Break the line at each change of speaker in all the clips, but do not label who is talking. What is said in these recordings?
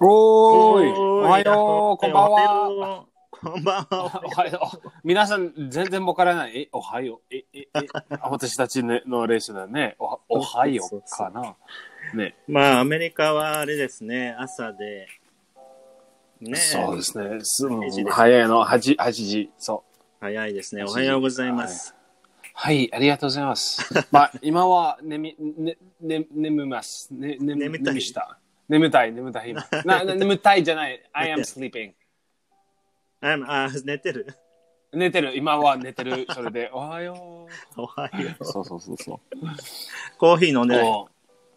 おーいお
お
はようこんばんは
は。こんばんは。
おはよう皆さん全然僕からないえおはようえええあ私たちの練習だねおはおはようかなね
まあ、アメリカはあれですね、朝で。ね
そうですねす
8時です
早いの八八時そう
早いですね。おはようございます。
はい、ありがとうございます。まあ、今は眠、ね、ね、眠ます。ね、ね、
眠たい
眠した。眠たい、眠たい、今。な、な眠たいじゃない。I am
眠
sleeping.
あ、あ寝てる
寝てる、今は寝てる。それで、おはよ
おはよ
う。
う。
そうそうそうそ
コーヒー飲ん
う。
でない。
もう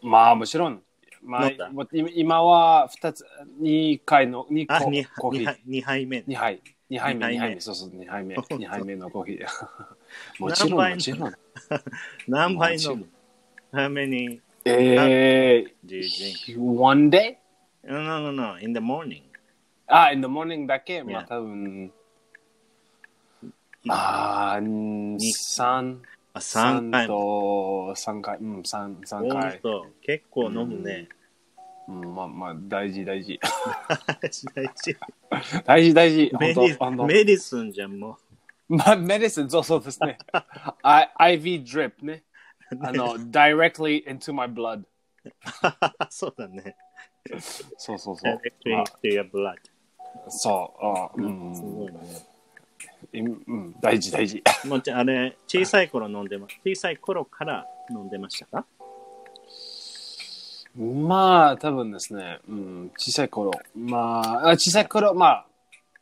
まあ、もちろん。まあ
飲んだ、
もう今今は二つ、二回の、二
あ、
個
二杯
コーヒー
二杯。二杯目。
二杯。二杯目、
二
二
杯目
杯目。そうそう、二杯目。
当
二杯目のコーヒ ー。もちろん、
何杯
もちろん。
何杯飲む ?How many
え
do you drink?
ー、one day?
No, no, no, in the morning.
あ、in the morning だけ、まあ
Yeah.
多分、あー、ん
に
三
あ、
三
三杯も。
と、三回、うん、三三
本
回。
当結構飲むね。
うん、まあまあ、大事、 大事。
大事
大事、大事。
メ
本
デ
当本
ィ
当
メディスンじゃん、も
まあ、メディスン、そうそうですね。I- IV drip ね。あの、directly into my blood。
う。 そうだね。
そうそうそう
Directly。into your blood.
まあそう、あうん
すごいね。
うん、うん大事、大事。
もうじゃああれ、小さい頃飲んでま、小さい頃から飲んでましたか
まあ、多分ですね、うん、小さい頃、まあ、あ小さい頃、まあ、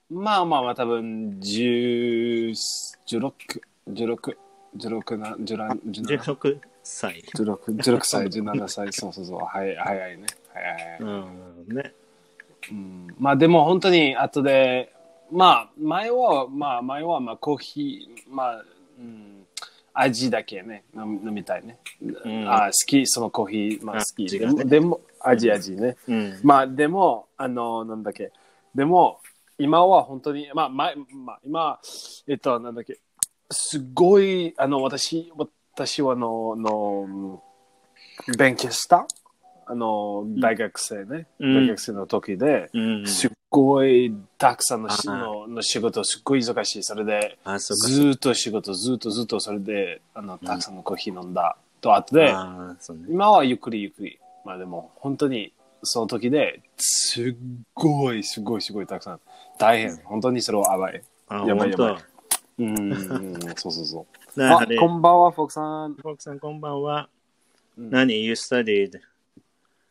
まあまあまあ、多分、10 16、16、16な、17、16
?16 歳。
16歳、17歳、そうそうそう、はい、早いね。早い早い、
うん、ね。
うん。まあ、でも本当に、後で、まあ、前は、まあ、前は、まあ、コーヒー、まあ、うん、味だけね、飲み飲みたいね。
ん
あ好き、そのコーヒー、まあ、好き。
味
で
が
も
ね
でも、味、味ね。
うん。
まあでも、あの、なんだっけ。でも、今は本当に、まあ、前、まあ、今、えっと、なんだっけ。すごい、あの、私、私はあの、の、勉強した、あの、大学生ね。
うん
大学生の時で、
うん。
すっごいたくさんのし
あー
のの仕事、すっごい忙しい。それで、
あ、そ
ず
う
ーっと仕事、ずーっとずっと、それで、あの、たくさんのコーヒー飲んだ。と、あとで、
か。あーそうね。
今はゆっくりゆっくり。まあでも、本当に、その時で、すっごい、すごい、すごいたくさん。大変。本当にそれは甘い。
あ、
やばいや
本当
ばいうん、そうそうそう。
な
あ
あ、れ、
こ
フ
んばんは、フォークさん。
ォークさんこんばんは。
うん
何 ?You studied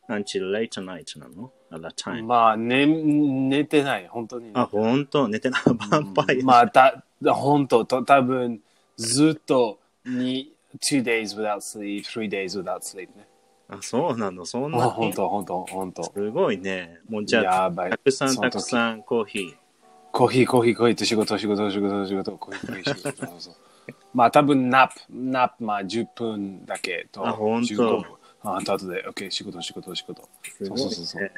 until late night なの ?at that time.
まあ、寝、寝てない、本当に。
あ、本当寝てない。バンパイア。
まあ、た、本当、と多分、ずっと、に、two days without sleep, three days without sleep ね。
あ、そうなのそん
あ
な。
本当、本当、本当。
すごいね。もうじゃ
や
あ、
ばい
た。くさん
その
た
時
くさんコーヒー。
コーヒー、コーヒー、コーヒーって仕事、仕事、仕事、仕事、コーヒー、コーヒー、仕事。そうそう まあ、多分ナップ、ナップ、まあ、10分だけと、
あほんと
15分。あと後で、OK、仕事、仕事、仕事。
すごい
そう
ね
そうそう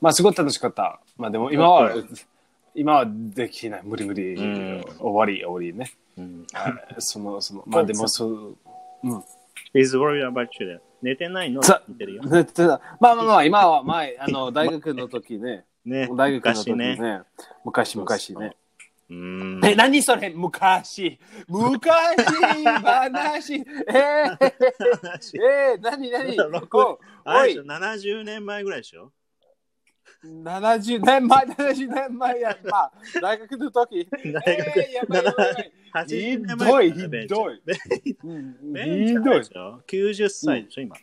まあ、すごい楽しかった。まあ、でも今は、今はできない。無理無理。
うん
終わり、終わりね。
うん
あ その、その、まあ、でも、そう、 うん。
He's worried about you. 寝てないの
さ
寝てるよ。
まあまあまあ、今は前、あの、大学の時ね、
ね、
大学の時
昔ね。
ね、昔、昔ね。
うーん。
え、何それ昔昔話えー、えー、何何
そうだ録
お
あ
お
れで
い
しょ、70年前ぐらいでしょ
!70 年前、70年前や、まあ、大学の時。
大
えー、やばいやばいやばい。
80年
ひどいひどい
ベンち
うん
ゃん
ひど
ベンちゃんでしょ90歳でしょ、今。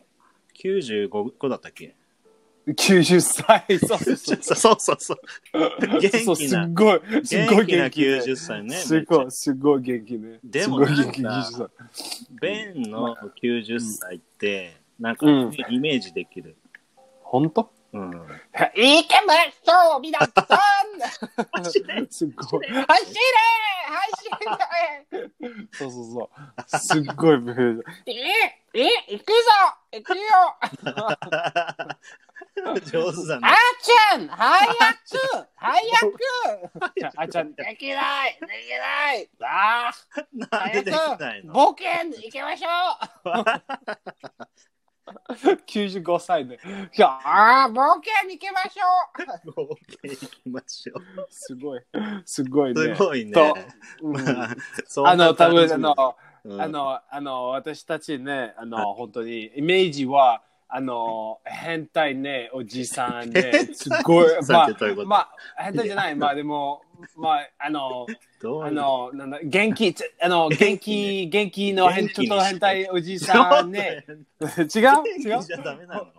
95個だったっけ
い。90歳、そうそうそう。
そうそうそう。元気な
そうすっごい、すっごい
元気な
元気ね。
90歳ね。
すごい、すごい元気ね。
ですも
ごい元気、
なん
90
か
歳。
ベンの90歳って、なんか
うん
イメージできる。
本当
うん。
いけましょう、皆さん
走れ
すごい。走れ走れそうそうそう。すっごいブー。
え、え、行くぞ行くよ あ
上手だね。
ーちゃん早く早く
あちゃん、
できないできないあ
なんでできない
ー
の
冒険行きましょう
95歳で。いや、
ああ、冒険に行きまし ょ
冒
う。
険行きましょう。
すごい。すごいね。
すごいね。
とうん
そ
あ
んな
の、多
感じ
分あの、
うん
あの、あの、私たちね、あの、本当に、イメージは、あの、変態ね、おじさんね、すごい
おじ、さん
ま
ってどういうこ
あ、
と
まあ、変態じゃない、まあでも、まあ、あの、
どう
あ の、なんだ、元気、つあの、元気、元気の変
元気
態
にして
と変態おじさんね、
ちょ
違
っ
う違
と元気じゃ
う
ダメなの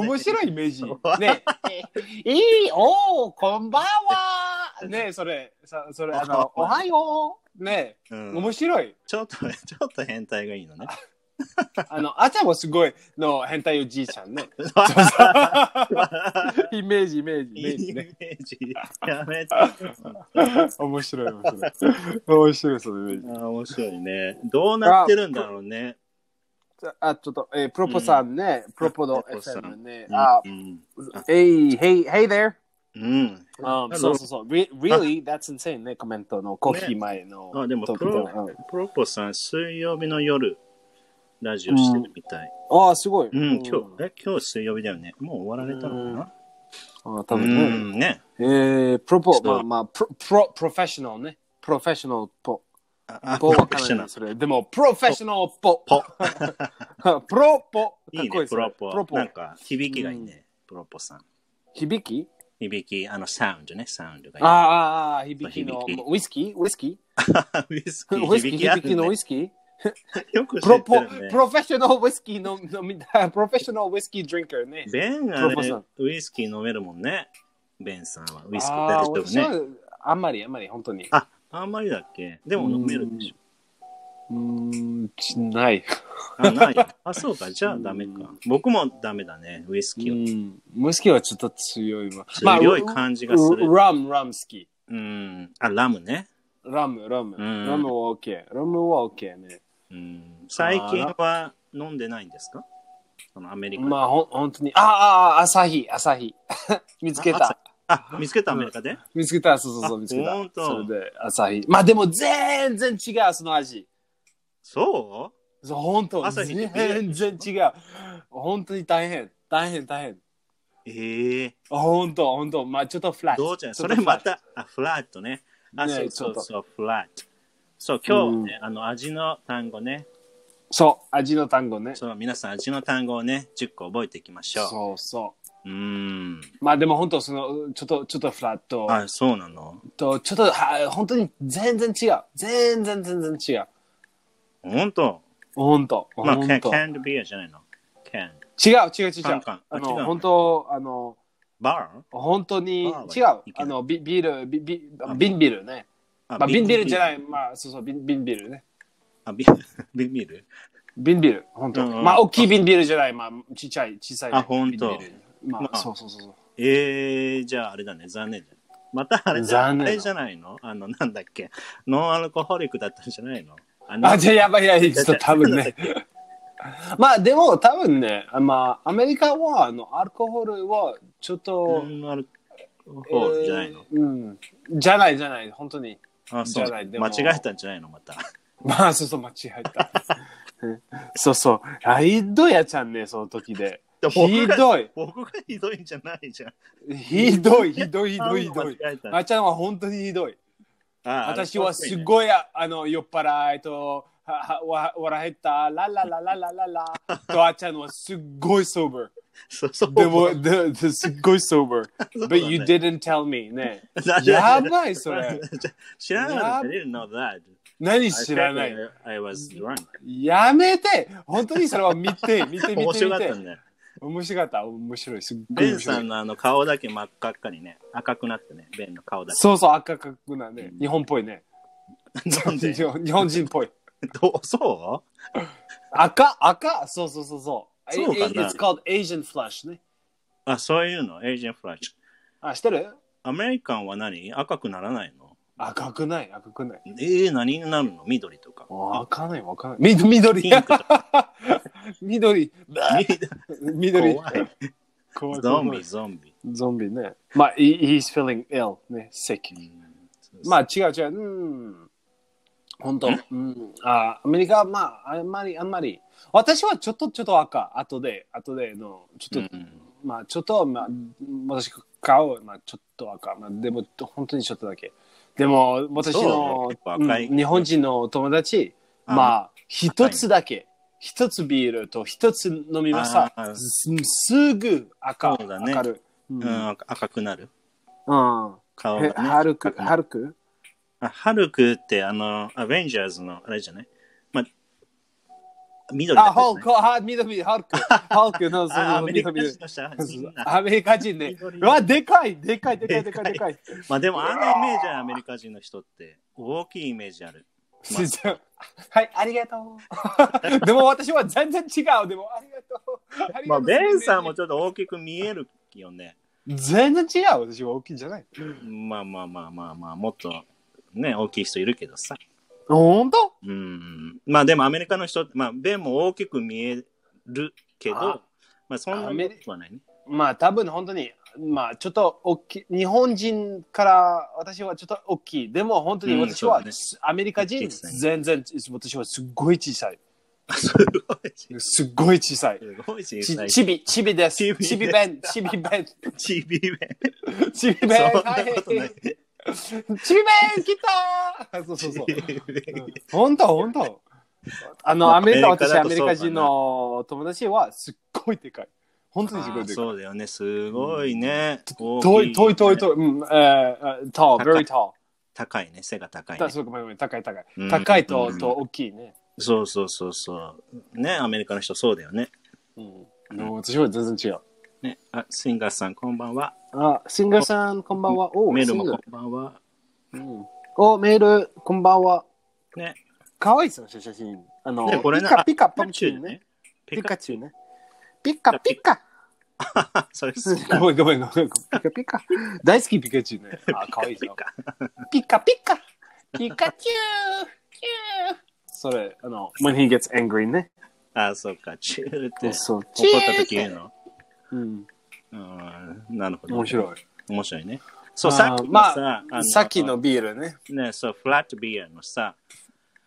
面白いイメージ。ね、
いい、おお、こんばんは。
ね、それ、さそれ、あの、おはよう。ね、
うん
面白い。
ちょっと、 ちょっと変態がいい のね。
あ の、あちゃんもすごいの変態おじいちゃんね。イメージ、イメージ、イメージ
イ
ね。
メージ。や めて。
面白い、面白い。面白い、そのイメージ。
あー面白いね。どうなってるんだろうね。
あ、ちょっと、えープロポさんね、プロポド
プロポさん
FM ね。
うん
あ、
うん。
Hey, hey, hey there!
うん。
Um,
Hello.
そうそうそう。Re- Really? That's insane ね、コメントのコーヒー前の。
あ、でも
トー
プ
クで
ロ
ねうん、
プロポさん、水曜日の夜、ラジオしてるみたい。
あー、すごい。
うん、今日、え、今日水曜日だよね。もう終わられたのか
あー、多
なう
分ね。
ん、ね。
えー、プロポ
そ、う
まあまあ、プロ、プロ、プロフェッショナルね。プロフェッショナルポ。
ああ
ポ
プロ
わ
ポ
か
して
んな
ない
い。それ。でも、プロフェッショナルポ。
ポ。
プロポ。
いいね、プロポ。
プロポ
な。んか、響きがいいね、プロポさん。
響き
響き、あの、サウンドね、サウンドがいい。
あーあー、あー響きの
響き。
ウイスキーウイスキ
ウイスキ
ーウ
ー、
イスキー
響きあ
響
る
きのウ
ね
イ。スキー
よく知
プロ
っ
ポ
てるね
プ。ロフェッショナルウイスキーの 飲みた、プロフェッショナルウイスキードリンカーね。
ベン
プ
が
ロポさ
ね
ん、
ウイスキー飲めるもんね。ベンさんは、ウイスキー
あー
大丈夫
私は
ね。
あんまり、あんまり、本当に。
あ、あんまりだっけでも飲めるでしょ。
うーん、しない。
あ、ない。あ、そうか。じゃあダメか。僕もダメだね。ウイス
う
キーは。
ん、ウイスキーはちょっと強いわ。
強い感じがする
まあラム、ラム好き。
うん。あ、ラムね。
ラム、ラム。
うん
ラムは OK。ラムは OK ね。
うん。最近は飲んでないんですかそのアメリカで。
まあ、ほん本当に。あーあー、朝日、朝日。 見つけた。
あ、見つけたアメリカで
見つけた、そうそうそう、
あ
見つけた
ほん。と
それで、朝日。まあでも、全然違う、その味。
そ
そう本当、
朝日って
全然違う。本当に大変、大変、大変。
うええ。
本当、本当、まあちょっとフラット。
どうじゃん。
ち
そ
ょっと
れ
フラ
ま
ット。
た、あ、フラットね。あ、
ね
そうそう
ち
そう、フラット。そう、今日はね、あの、味の単語ね。
そう、味の単語ね。
そう、皆さん味の単語をね、10個覚えていきましょ。
そうそう
うーん。
う。まあでも本当、その、ちょっと、ちょっとフラット。
あ、そうなの
と、ちょっと、は本当に全然違う。全然、全然違う。
ほんと
本当、
まあ、
本
can-
当。
canned beer じゃないの ?can.
違う、違う、違う。
カンカンあ
あ
違う
の、
の
本当、あの、
バー
本当に
バー
違
は
う
い。けない
あの、ビビール、ビビ
あ
瓶ビールね。
あ。
まあ、瓶ビールじゃないい。まあ、そうそう、瓶瓶ビールね。
あ、ビ瓶ビール
瓶ビール、本当。
うんうん
まあ、大きい瓶ビールじゃない。まあ、ちっちゃい、小さい。
あ本当
瓶ビール。ま
まあ
あ、そうそうそうそう。
えー、じゃああれだね、残念だ。またあれじゃ
残念
あれじゃないのあの、なんだっけノンアルコホリックだったんじゃないのあの
あ、じゃあやばいやばい、ちょっと多分。
な んだっ
ね。
け
まあ、でも多分ね、あまあ、アメリカは、あの、アルコールは、ちょっと
ノ、ンアルコールじゃないの
えーうん。じゃない、じゃない、本当に。
あ、そう
じゃな
間
いでも
違えたんじゃない のまた。
まあ、そうそう、間違えた。うん そうそう。あ、ひどいやちゃんね、その時で。ひどい。
僕がひどいんじゃないじゃん。
ひどい、ひどい、ひ
ひ
どい、ひどい。
間違え た
あちゃんは本当にひどい。
あ
私はす
い。
ごいああの酔っ払いとははわ笑ったラララララララとあちゃんはすっごい sober
そうそう。
で もでですっごい sober
そうだ
but
ね
you didn't tell me ね
だ
やばいそ れ。
知らなか
や
った。I didn't know that.
何知らない
I said that I was drunk.
やめて本当にそれは見 て見て見て
面
見て
白かったね。
面白かった面白いすっごい
ベ
面
ンさ
白い
んのあの顔だけ真っ赤っかにね、赤くなってね、ベンの顔だ
そうそう赤かくなね
うん
日本っぽいね
け。
日
なん で
本日本人っぽい
どうそ
赤赤そうそうそうそう
そうかな
It's called Asian flush ね
うあ、そういうの、エージェントフラッシュ。
あしてる
アメリカンは何赤くならないの
赤くない赤くない
ええ何になるの緑とか。
わかんないわかんない。み緑
ピンクと
緑。緑。
怖い。
怖い
ゾンビ、。ゾンビ。
ゾンビね。まあ、he- he's feeling ill ね、sick。
うん
まあ違う違う。うん。本当、うん、あアメリカはまああんまりあんまり私はちょっとちょっと赤後で後でのちょっと、まあちょっとまあ私買うまあちょっと赤、まあ、でも本当にちょっとだけでも私
そう
の
ね、若い
うん日本人の友達
あ
まあ一つだけ一つビールと一つ飲みました
あー
すすぐ赤
そうだね
明るいうん、
う
うん
ん、赤くなる顔が
え
ね。
ハルク
赤くなる
ハルク
あハルクってあの、アベンジャーズのあれじゃないまあ、緑だ
あ、
ったじ
ハ
ゃ
ル
ない
ク、あ、緑、ハル ク、ハルクの、そ
あア
の、
メリカ
緑
人。の人はみんな
アメリカ人ね。
緑
うわ、でかい、でかい、でかい、でかい、でかい。
まあでもあのイメージはアメリカ人の人って大きいイメージある。
全然はい、ありがと う。でも私は全然違う。でも、ありがとうあり
ま
が
あ
とう。
ベンさんもちょっと大きく見えるよね。
全然違う。私は大きいんじゃない。
まあまあまあまあまあ、もっとね、大きい人いるけどさ。
本当
うん。まあでもアメリカの人、まあベンも大きく見えるけど、
あ
まあそんな
ア
に
メ
大
リ
きくはないね。
まあ、多分本当に、まあ、ちょっと大きい。日本人から私はちょっと大きい。でも本当に私は
うんそうだね
アメリカ人、全然、私はすっごい小さい。
すごい。
すっごい小さい。
すごい小
ち
さい。
ちび、ちびです。
ちび
ちび 弁、ちび弁、
ちびベン。
ちび
そんな
弁、
ことない。
ちび弁、来たー そうそうそう。
ちびベン
本当本当 あ
ま
の、
あ
アメリカ、
アメリカ
私、ア
だと
メ
そ
リ
うかな
カ人の友達はすっごいでかい。本当にすごい
あ
で
ー
かい。
そうだよね、すごいね。
遠い、遠い、遠い、
い。
遠い。うん、えー、tall,
高い
very tall.
高いね、背が高い、ね
だ。そうごめんごめん高い、高い
うん。
高いと
う、ん
と、大きいね。
そうそうそうそう。ね、アメリカの人そうだよね。
うん。でも私は全然違う。
ね、あ、シンガーさんこんばんは。
あ、シンガーさん、こんばんは。お
メー
シ
ル
ン
も
ガ
こ
ー
んばんは。
うんお、メール、こんばんは。
ね、
かわいいですよ、写真。あの、
ねこれ
ピ
ね
カピカ
パ
パン
ン
チ
チュ
ン
ー
ね
ね。。
ピ
ピ
カ
カ
チュウね。ピカピカ。
それ 好きだ。
ごめんごめんごめん。ピカピカ。大好きピカチュウね。あ、可愛いじゃん。ピカピカ。ピカチュウ。キュウ。それ、あの、when he gets angry ね。
あ、そうか、チューって
そう。
怒った時言うの。
うん。
うん、なるほど。
面白い。
い。面白いね。そう、
あー
さっきの
まあ
さ、あの
さっきのビールね。
ね、そう、フラットビアのさ、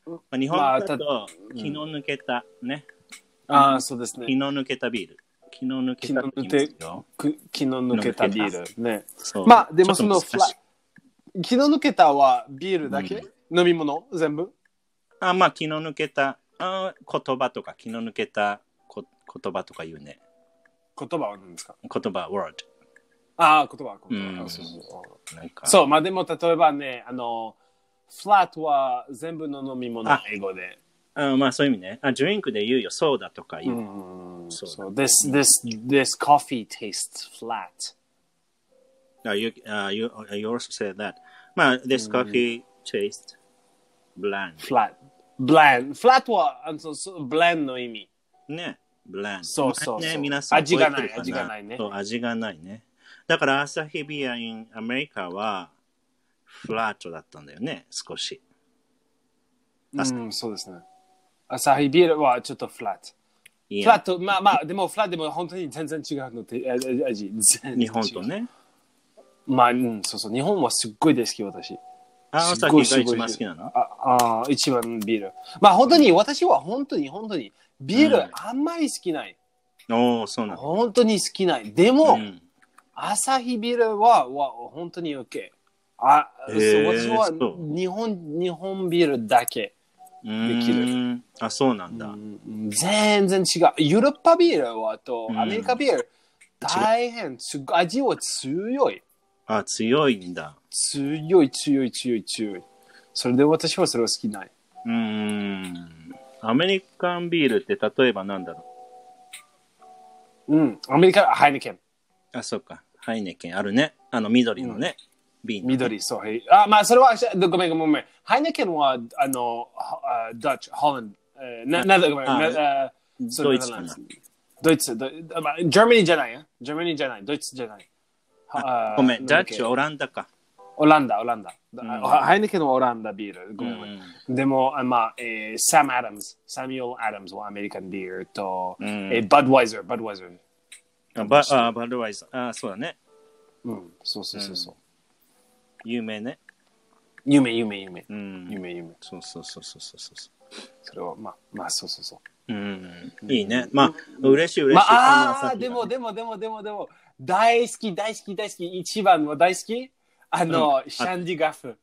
まあ、日本
まあ
だと
ん
気の抜けた、ね、
ああ、そうです
気
ね。
の抜けたビール。気の抜けたって言いますよ。
く気の抜けたビールね。
そう
まあ、でもその
ちょっ
フ
と
ラ
難しい、
気の抜けたはビールだけ飲み物全部
あ、まあ、気の抜けたあ言葉とか、気の抜けたこ言葉とか言うね。
言葉は何ですか
言葉、word。
ああ、言葉は
う
言葉。
ん
あそうそう
なんか
そう、まあでも例えばね、あの、フラットは全部の飲み物
あ
英語で。
あまあ、そういう意味ね。あ、ドリンクで言うよ、ソーダとか
う
言う。
ん
そうだ
そう This, this, this coffee tastes flat.
Ah, you, ah, you, ah, you also said that. まあ、this coffee taste bland.
Flat. Bland. Flat は、あの、そうそう bland の意味。
ね、bland。
そうそうそう
ね、皆さん
味がない
覚えてる
味
か
がないね
そう、味がないね。だから、アサヒビア in アメリカは、フラットだったんだよね、少し。
う
あそ
ん、そうですね。アサヒビールはちょっとフラット。
い
フ
や
ラット、まあまあ、でもフラットでも本当に全然違うので、ああ味。全然違う
日本と。ね。
まあ、うん、そうそう。日本はすっごい大好き、私。
あ、ア
す
サヒ
ご
が
い
一番好きなの
ああー、一番ビール。まあ本当に、私は本当に本当に、ビー
う
ル
ん
あんまり好きない。
おお、そうなの。
本当に好きない。でも、
うん
アサヒビールはは本当に OK。あ、
へー
そう私は
そう
日本日本ビールだけ、できる
うーん。あ、そうなんだ。
うん全然違う。ヨーロッパビールはと
うん
アメリカビール、大変すごい味は強い。
あ、強いんだ。
強い強い強い強い。それで私はそれは好きない。
うーん。アメリカンビールって例えばなんだろ
うん。アメリカ、ハイネケン。
う。あ、そっか。ハイネケンあるね。あの緑のね。瓶。
緑、そう、はい。あ、まあ、それは、ごめんごめんごめん。ハイネケンは、あの、はあダッチ、ホランド、えーな、なんだごめん。
あ
なあそう
ドイツ
な
か
んで
な
す。ドイツ、ドイあまあ、ジャーマニーじゃないよ。ジャーマニーじゃない。ドイツじゃない。あ
ごめん、
なだ
ダ
っ
ッ
け
チはオランダか。
オランダ、オランダ。
ん
あハイネケンはオランダビール。ご
う
めんごめん。
ん。
でも、あまあ、えーサム・アダムズ、サミュエル・アダムズはアメリカンビールと、
うん
えーバッドワイザー、バッドワイザー。
あバあバルワイズ。あ、そうだね。
うん、そうそうそうそう。
有名ね。
夢、夢、夢。
うん。
夢、夢。
そうそうそうそうそうそ
それは、まあ、まあ、そうそうそう。
う。うん。いいね。まあ、嬉しい嬉しい。
ま
こんな
あ、
朝
あ
日
ー
が
でも、でも、でも、でも、でも、大好き、大好き、大好き、一番は大好きあの、シャンディガフ。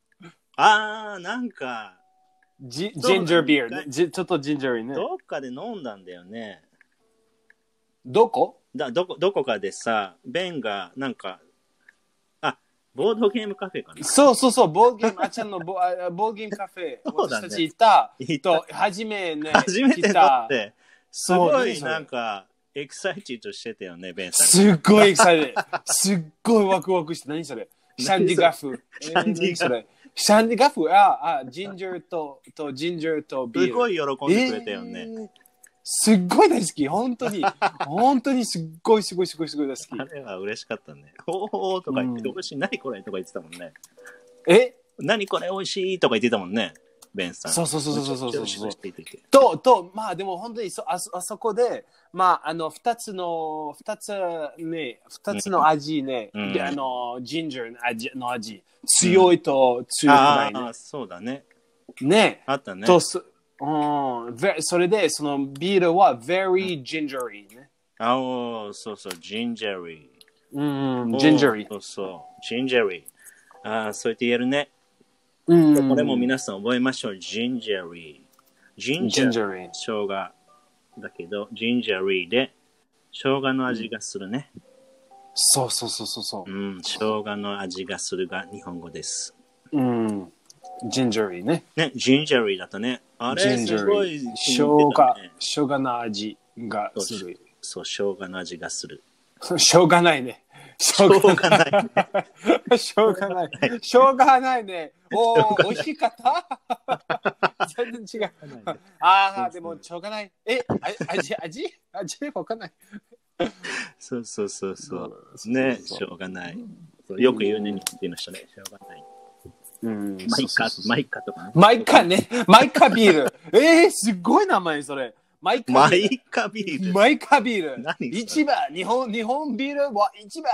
あー、なんか、
ジ
そう
ジンジャービール
だ
ね。ジちょっとジンジャーリーね。
どっかで飲んだんだよね。
どこ
だどこどこかでさ、ベンが、なんか、あ、ボードゲームカフェかな。
そうそうそう、ボードゲーム、あっちゃんのボあボードゲームカフェ、
そうだ
私
ね
たち行った。
行った
と、初めね、
初めて
来。
だったて、すごい
そうね
なんか、エキサイティとしてたよね、ベンさん。
すっごいエキサイティすっごいワクワクして、何それシャンディガフ。
シャンディ
えー
ガフ
何それシャンディガフああ、ジンジャーと、と、ジンジャーとビール。
すごい喜んでくれたよね。
えーすっごい大好き。本当に。本当にすっごいすごいすごいすごい大
あ
好 き。
れは嬉しかったね。おーおーとか言って、
うん
美味しい、何これとか言ってたもんね。
え
何これ美味しいとか言ってたもんね、ベンさん。
そうそうそうそうそうそうそう。
美味しい美味しい美味しいって言っ
と、
て
と、まあでも本当にそ、あそあそこで、まああの、二つの、二つね、二つの味ね、
うん
で、あの、ジンジャーの味、の味強いと強くな
あ
い
ー
ね
あー、。そうだね。
ね。
あったね。
と、そうん、ve- それで、そのビールは very gingery ね。
あおーそうそう、ジンジャリー。
うん、gingery
そ。うそう、ジンジャリー。ああ、そうやって言えるね。
うん、
これも皆さん覚えましょう。ジンジャリー。ジンジャリー。
gingery。
生姜だけど、ジンジャリーで、生姜の味がするね。
そうそうそうそうそう
う。ん、生姜の味がするが日本語です。
うん。ジンジャリーね。
ね、ジンジャリーだったね。あれ、
ジンジ
す
ャ
ご
リ
い
ー。生
気に入
姜
っ、てたね。
生姜の味がする。
そう、生姜の味がする。
しょうがないね。しょ
しょうがないね。
い。しょうがない。しょうがないね。おお、美味しかった。 全然違う。ああ、でも、しょうがない。え、あ味、味味わかんない。
そうそうそうそう。
そう
ね、しょうがない。そうよく言うね、日本の人ね。しょうがない。
うん。
マイ
そうそ
カ
うそう、
マイカとかね。
マイカね。マイカビール。えー、すごい名前それ。マイカビール。
マイカビ ール。
マイカビール
何それ
一番日本日本ビールは一番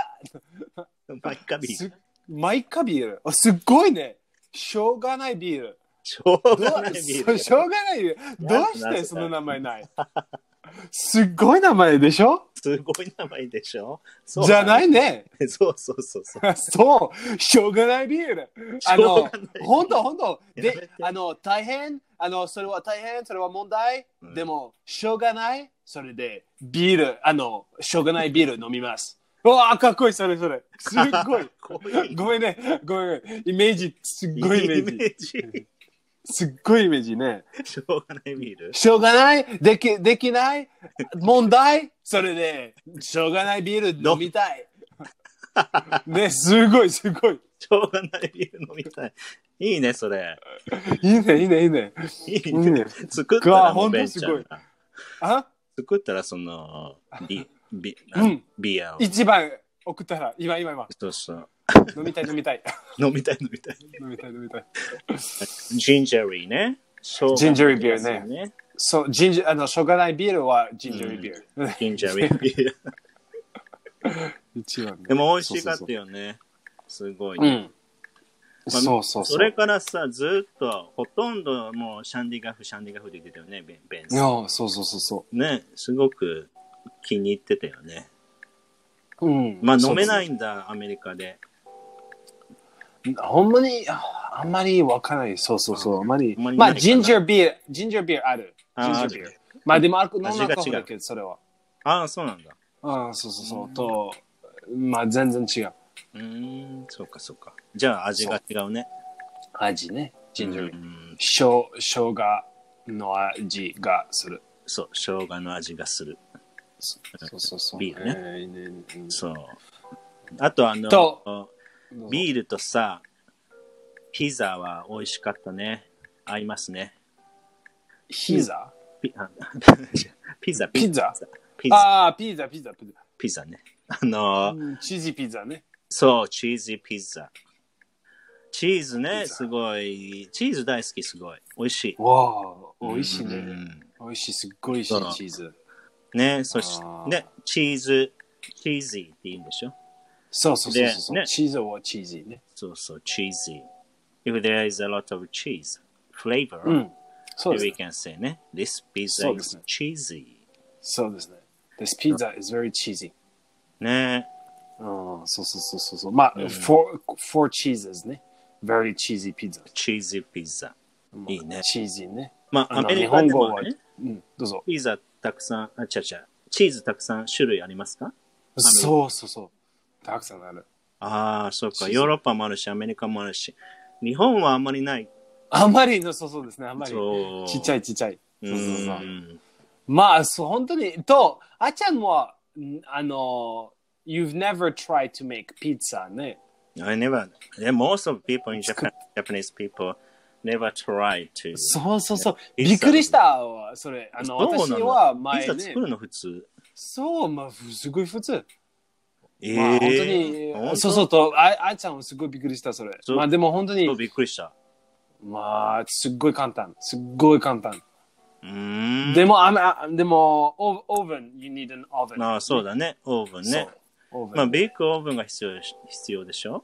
マイカビール。
すマイカビールあすっごいねしょうがないビール
しょう
ど
がないビー
う
ル。
しょうがないビールどう
な
し
んだ
てその名前ないすっごい名前でしょ
すごい名前でしょ
じゃないいね
そうそうそうそう。
そうしょうがないビールあ
しょう
の
がない
本当本当
やめ
で
て
あの大変あのそれは大変それは問題、
うん
でもしょうがないそれでビールあのしょうがないビール飲み ますうわあかっこいいそれそれすっごい
こういう
ごめんねごめんごめんイメージすっ
イ
ごいイメージ
ジ。
すっごいイメージね
しょうがないビール。
しょうがないできできない問題それでしょうがないビール飲みた いねすごいすごい
しょうがないビール飲みたい。いいね、それ。
いいねいいねいいね
い
い
い
い
ね。
ね
作ったら
うわ
もうベンちゃ
ほ
ん
んと
が。
あ
作ったらその、ビ、ビ、
うん
ビアを。
一番送ったら今今今
そうそう。
飲みたい飲みたい
飲みたい飲みたい。
飲みたい飲みたい
ジンジャリーね。
ジンジャリー
ー
ビールね。そうジンジャーあのしょうがないビールはジンジャービール、
ジンジャリービール。
一番ね
でも美味しかったよね。すごいね。
うん
まあ
そうそうそう
それからさ、ずっと、ほとんどもうシャンディガフ、シャンディガフで出てたよね、ベンベン
い
さ
や
ん。
そうそうそうそ
ね、すごく気に入ってたよね。
ううん
まあ飲めないいんだ、アメリカで。
ほんまにああんまりわからないそうそうそうあんまり
あんまり
ま
ない
あ
かな
ジンジャービールジンジャービールあるジンジ
あ
ャ
あ
ービールまあでもアルコノン
味
ア
が
ル
違う
コールだけどそれは
ああ、そうなんだ。
ああそうそうそうとまあ全然違う
うーん、そうかそうか。じゃあ味が違うね。
味ねジンジャービール
うん
しょう生姜の味がする。
そう、生姜の味がする。
そうそうそう。
ビールね
えいいね。
そう。あとあの、
と
ビ
ー
ールとさ、ピザは美味しかったね。合いますね。
ピザ
ピ ピザ、
ピザ
ピザ、
ああ、ピザ、ピザ、ピザ。
ピザね。あのー、
うんチーズピザね。
そう、チーズピザ。チーズね、
ピザ
すごい。チーズ大好き、すごい。美味しい。
わあ、美味しい
うんう
ね。
ん
美味しい、すっごい美味し
そう
いチーズ。
ね、そし
あー
て、ね、チーズ、チーズって言うんでしょ
そうそうそうそう。
でね
チーズはチーズね。
そうそう、チーズ。 if there is a lot of cheese flavor,
うん。そうです
we
ね。
can say ね、this pizza
そうです
is
ね
cheesy.
そうですね。This pizza is very cheesy.
ね。
うん、そうそうそうそうそう。まあ、four, four cheeses ね。very cheesy pizza.
cheesy pizza。いいね。
cheesy ね。
まあ、
あ
ア
の
メ
日
リカ
本
で
語
も、
は、
ね、
うん、どうぞ。
ピザたくさん、あ、ちゃちゃ、チーズたくさん種類ありますか
そうそうそう。たくさんある。
ああ、そう
そ
か。
うそう
ヨーロッパもあるし、アメリカもあるし。日本はあんまりない。
あんまりの、そうそうですね。あんまり。
そう。
ちっちゃ
い。
いちっちゃい。
う
そうそうそう。
ん。
まあ、そう、本当に。と、あちゃんも、んあの、You've never tried to make pizza ね。
I never, yeah, most of people in
作
Japan, Japanese people never try to.
そうそうそう。
Pizza
びっくりしたわ、それ。あの、
そうな
私
の
は
ピ
前
ザ
ね
作。るの普通。
そう、まあ、すごい普通。
ええ
まあ、本当
本当
に、そうそうと、ああちゃんはすごいびっくりした、それ。
そう
まあ、でも本当
そう
に、
びっくりした。
まあ、すっごい簡単。すっごい簡単。
うーん。
でも、あのあでも、オーオーブン、you need an oven.
まあ、そうだね。オーブンね。
そうオーブン
まあ、ベイクオーブンが必要し必要でしょ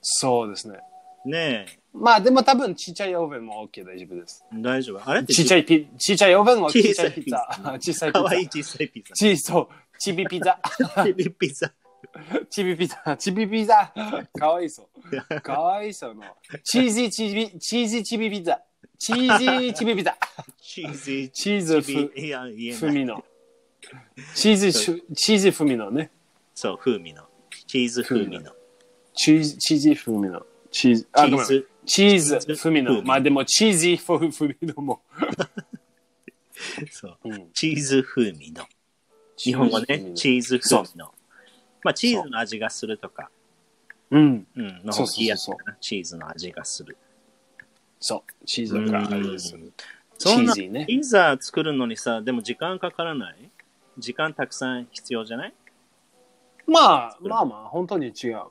そうですね。
ね
まあ、でも多分、ちっちゃいオーブンも OK 大丈夫です。
え、大丈夫。あれって
ちっちゃいピ、ちっちゃいオーブンは
小
小
さ
さ
い
い
ピ
ピ
ザ
ザ。小さいピ
か
ザ
わいい小さいピザ。
ち、そう。ちびピザ。
ちびピザ。
チビピザ、チビピザ、かわいそう。かわいそうの。チーズーチビ、チーズーチビピザ、チーズーチビピザ、
チーズ
チーズ
チ
ふ
ビいや、言え
ふ
ない。
みの。チーズし、チーズふみのね。
そう、風味の。チーズ風味の。
チーズ、チーズふみの。チーズ、あ、
チ
ごめ
ー
ん。
ズ。
チーズふみ
チーズ風
の。
味
まあでも、チーズふふみのも。
そう
うん。
チーズ風味の。日本語ね、チ
ーズ
ーズ風味の。まあ、チーズの味がするとか。
風味。うん。
うん、の
そうそうそ
方が
うそう
いいやつかな。チーズの味がする。
そう。チーズがあれです。チ
そん
ー
な、
ズーね。
ピザ作るのにさ、でも時間かからない時間たくさん必要じゃない
まあ、まあまあ、本当に違う。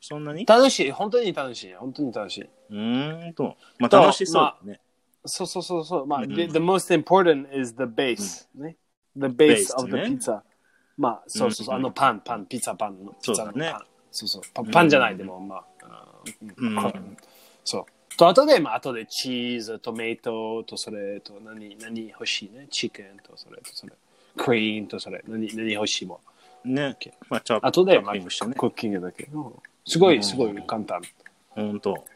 そんなに
楽しい。本当に楽しい。本当に楽しい。
うーんと。まあ、
と
楽しそうだね。
そうそうそうそう。まあ、
うん
the, the most important is the base、ね。the
base
base of the
ね
pizza。まあ、そうそうそう。
うん
あのパン、パン、ピザパンの。ピザの
そうだね
パンそうそう。パパンじゃない、
うん
でも、まあ。
う
うん
ん。
そう。と、あとで、まあ、あとでチーズ、トメイトとそれと、何、何欲しいね。チキンとそれとそれ。クリーンとそれ。何、何欲しいも。
ね
OK。
まあ、チョップ
あとで、
ト
ま
ッ
あ、
ピングしてね。
クッキングだけ。すご
うん
い、すごい簡単。
ほんと。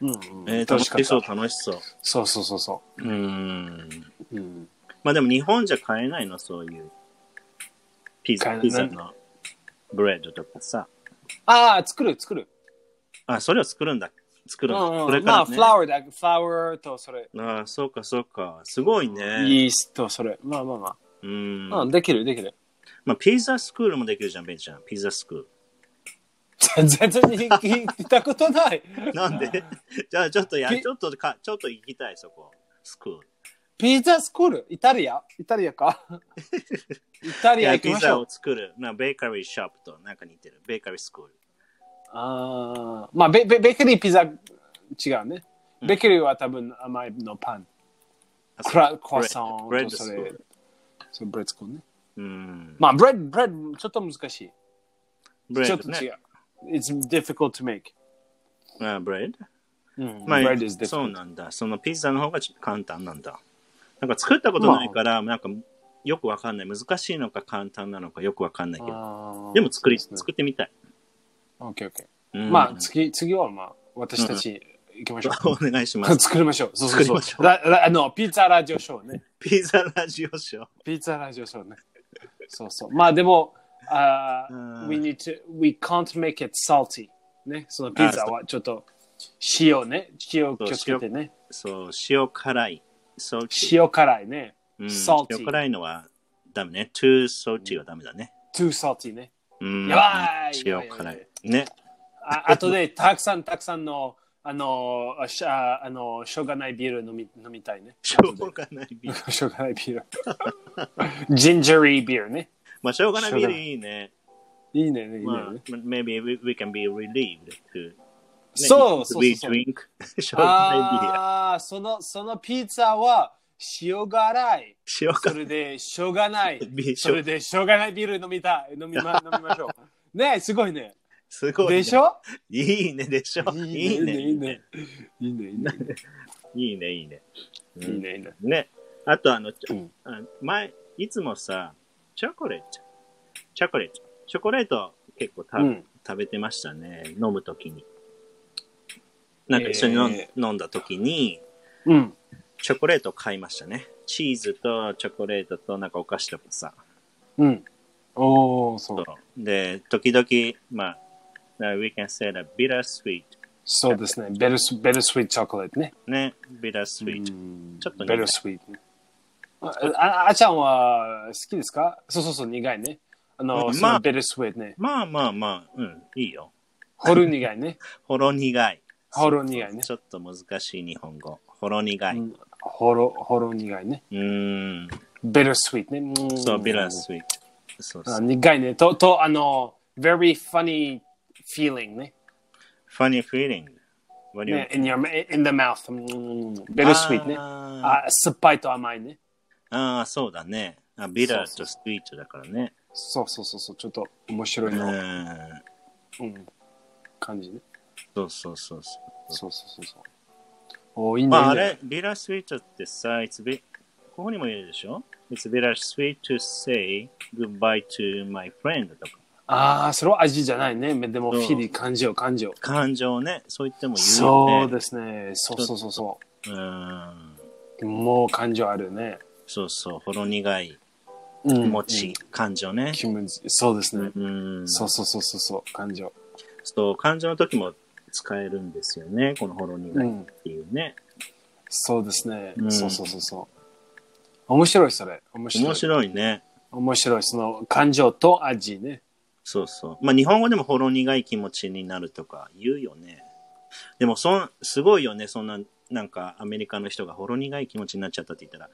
うん、うん。
えー、楽し
かった
そう、楽しそう。
そうそうそうそう
ーん。
う。うん。
まあでも日本じゃ買えないの、そういう。ピ
買え
ザ、
ない
ピザのブレッドとかさ。
ああ、作る、作る。
あ、それを作るんだ。作るんだ。
うん
こ
う
れ
ん、ま
か
あ、
ら、
フ
ね。
ラワーだ、フラワーとそれ、
ああ、そうか、そうか。すごいね。
イースト、それ。まあまあま
う。
あ。うんん、できる、できる。
まあ、ピザスクールもできるじゃん、ベンちゃん。ピザスクール。
全然聞いたこと ない。
なんでじゃあちょっとや、
ピ
ちょっとか、ちょっと行きたい、そこ。スクール。
ピザスクール、イタリアイタリア かイタ
い
リア
や、
行き
ピ
まし
ザ
ょ
を
う。
作る。な、ベーカリーショップとなんか似てる。ベーカリースクール。
ああ、まあ、ベベベーカリーピザ、違うね。
うん
ベーカリーは多分甘いのパン。
あ
クラ
そう
クワッサン
ブレッ
と
ド
そ
スクー
れ
ル。。
そうブレッドスクールね。
うん。
まあ、ブレッド、ブレッド、ちょっと難しい。
ブレ
ちょ
ッ
っ
ド
と違
ね。
う。It's difficult to make.
あブレッド
うん、
まあ
bread is、difficult.
そうなんだ。そのピザの方がちょっと簡単なんだ。なんか作ったことないから、なんかよくわかんない。難しいのか簡単なのかよくわかんないけど。
あー
でも作り、
そうですね
作ってみたい。
オッケーオッケー。
うん
まあ、次、次は、まあ、私たち行きましょ
お願い しま
う。
す。
作りましょう。そうそう
作り
そう
ましょう
ららあの、ピザラジオショーね。
ピザラジオショー。
ピザラジオショーね。そうそう。まあ、でも、あー
うん
we need to, we can't make it salty. ね。そのピザはちょっと、塩ね。塩気をつけてね。
そう、塩辛い。そう
塩辛いね。
うん
salty
塩辛いのはダメね。too salty はダメだね。
too salty ね。
うん。
やばい
塩
や
辛
ばい
い。ね。
あ あとで、たくさんたくさんの、あの、あしああの、しょうがないビール飲み飲みたいね。
しょうがない ビール。
しょうがないビール。ジンジャリービールね。
まあ、しょうがないビールいいね。
いいね、いいね。
まあ、maybe we, we can be relieved to ね
そうそう
we
そう。
drink しょうが
ああ、その、そのピザは塩辛い。
ないビール。塩
それで
辛い
しょうがない
ビール。
それでしょうがないビール飲みたい。飲みま、飲みましょう。ねすごいね。
すごい、ね。
でしょ
いいね、でしょ。い
い
い
いね、いい
ね。
ね。いいね、いいね。
いいね、いいね。うん
いいね、いいね。
ね。あと、あの、ちょ
うん
あ前、いつもさ、チョコレート。チョコレート。チョコレート結構た、
うん
食べてましたね。飲むときに。なんか一緒に飲ん,、
え
飲んだときに、
うん。
チョコレート買いましたね。チーズとチョコレートとなんかお菓子とかさ。
うん。おー、そう。
で、時々、まあ、we can say that bittersweet.
そうですね。ベルス、ベルスウィートチョコレートね。
ね。bittersweet.
うん
ちょっと苦
ベ
い
ルスウィートね。ああ、あちゃんは好きですかそうそうそう、苦いね。あ
う
の、
ん
そ
まあ
のベルスウィートね。
まあまあまあ、うん、いいよ。
ホル苦いね。
ほろ苦い。
ほろ苦いね
ち。ょっと難しい日本語。ほろ苦い。
う
うん
ほろ、ほろ苦いね。
ーん。
ベルスウィートね。ん
そう、ビラスウィート。そうそ
あ
う。
苦いね。と、と、あの、very funny feeling ね。
funny feeling. What do you
ね in your in the mouth ベルスウィートね
あ
あ酸っぱいと甘いね
ーあー、そうだね。あビラ
そ
とスイートだからね。
そうそうそうそうちょっと面白
う
いの、
ーん。
うん、感じね
そうそうそうそう。
そうそうそうそうおいいね、
まあ、あ
いいね
れ、ビラスイートってさ、it's be- ここにも言うでしょ ?It's bitter sweet to say goodbye to my friend とか。
ああそれは味じゃないねでも
う
フ
ん
ィリー感情感情
感情ね、そう言っても言う
そ
よね。。
うですねそうそうそうそう
ん。
うもう感情あるね
そうそう、ほろ苦い
気
気持ち、感情ね。
気持ちそうですね、
うん。
そうそうそうそうそう感情
そう、感情の時も使えるんですよね、このほろ苦いっていうね。
そうですね、
うん
そうそうそうそう面白いそれ面白い
面白いね。
面白いその感情と味ね
そうそう。まあ日本語でもほろ苦い気持ちになるとか言うよね。でもそん、すごいよね、そんな、なんかアメリカの人がほろ苦い気持ちになっちゃったって言ったら、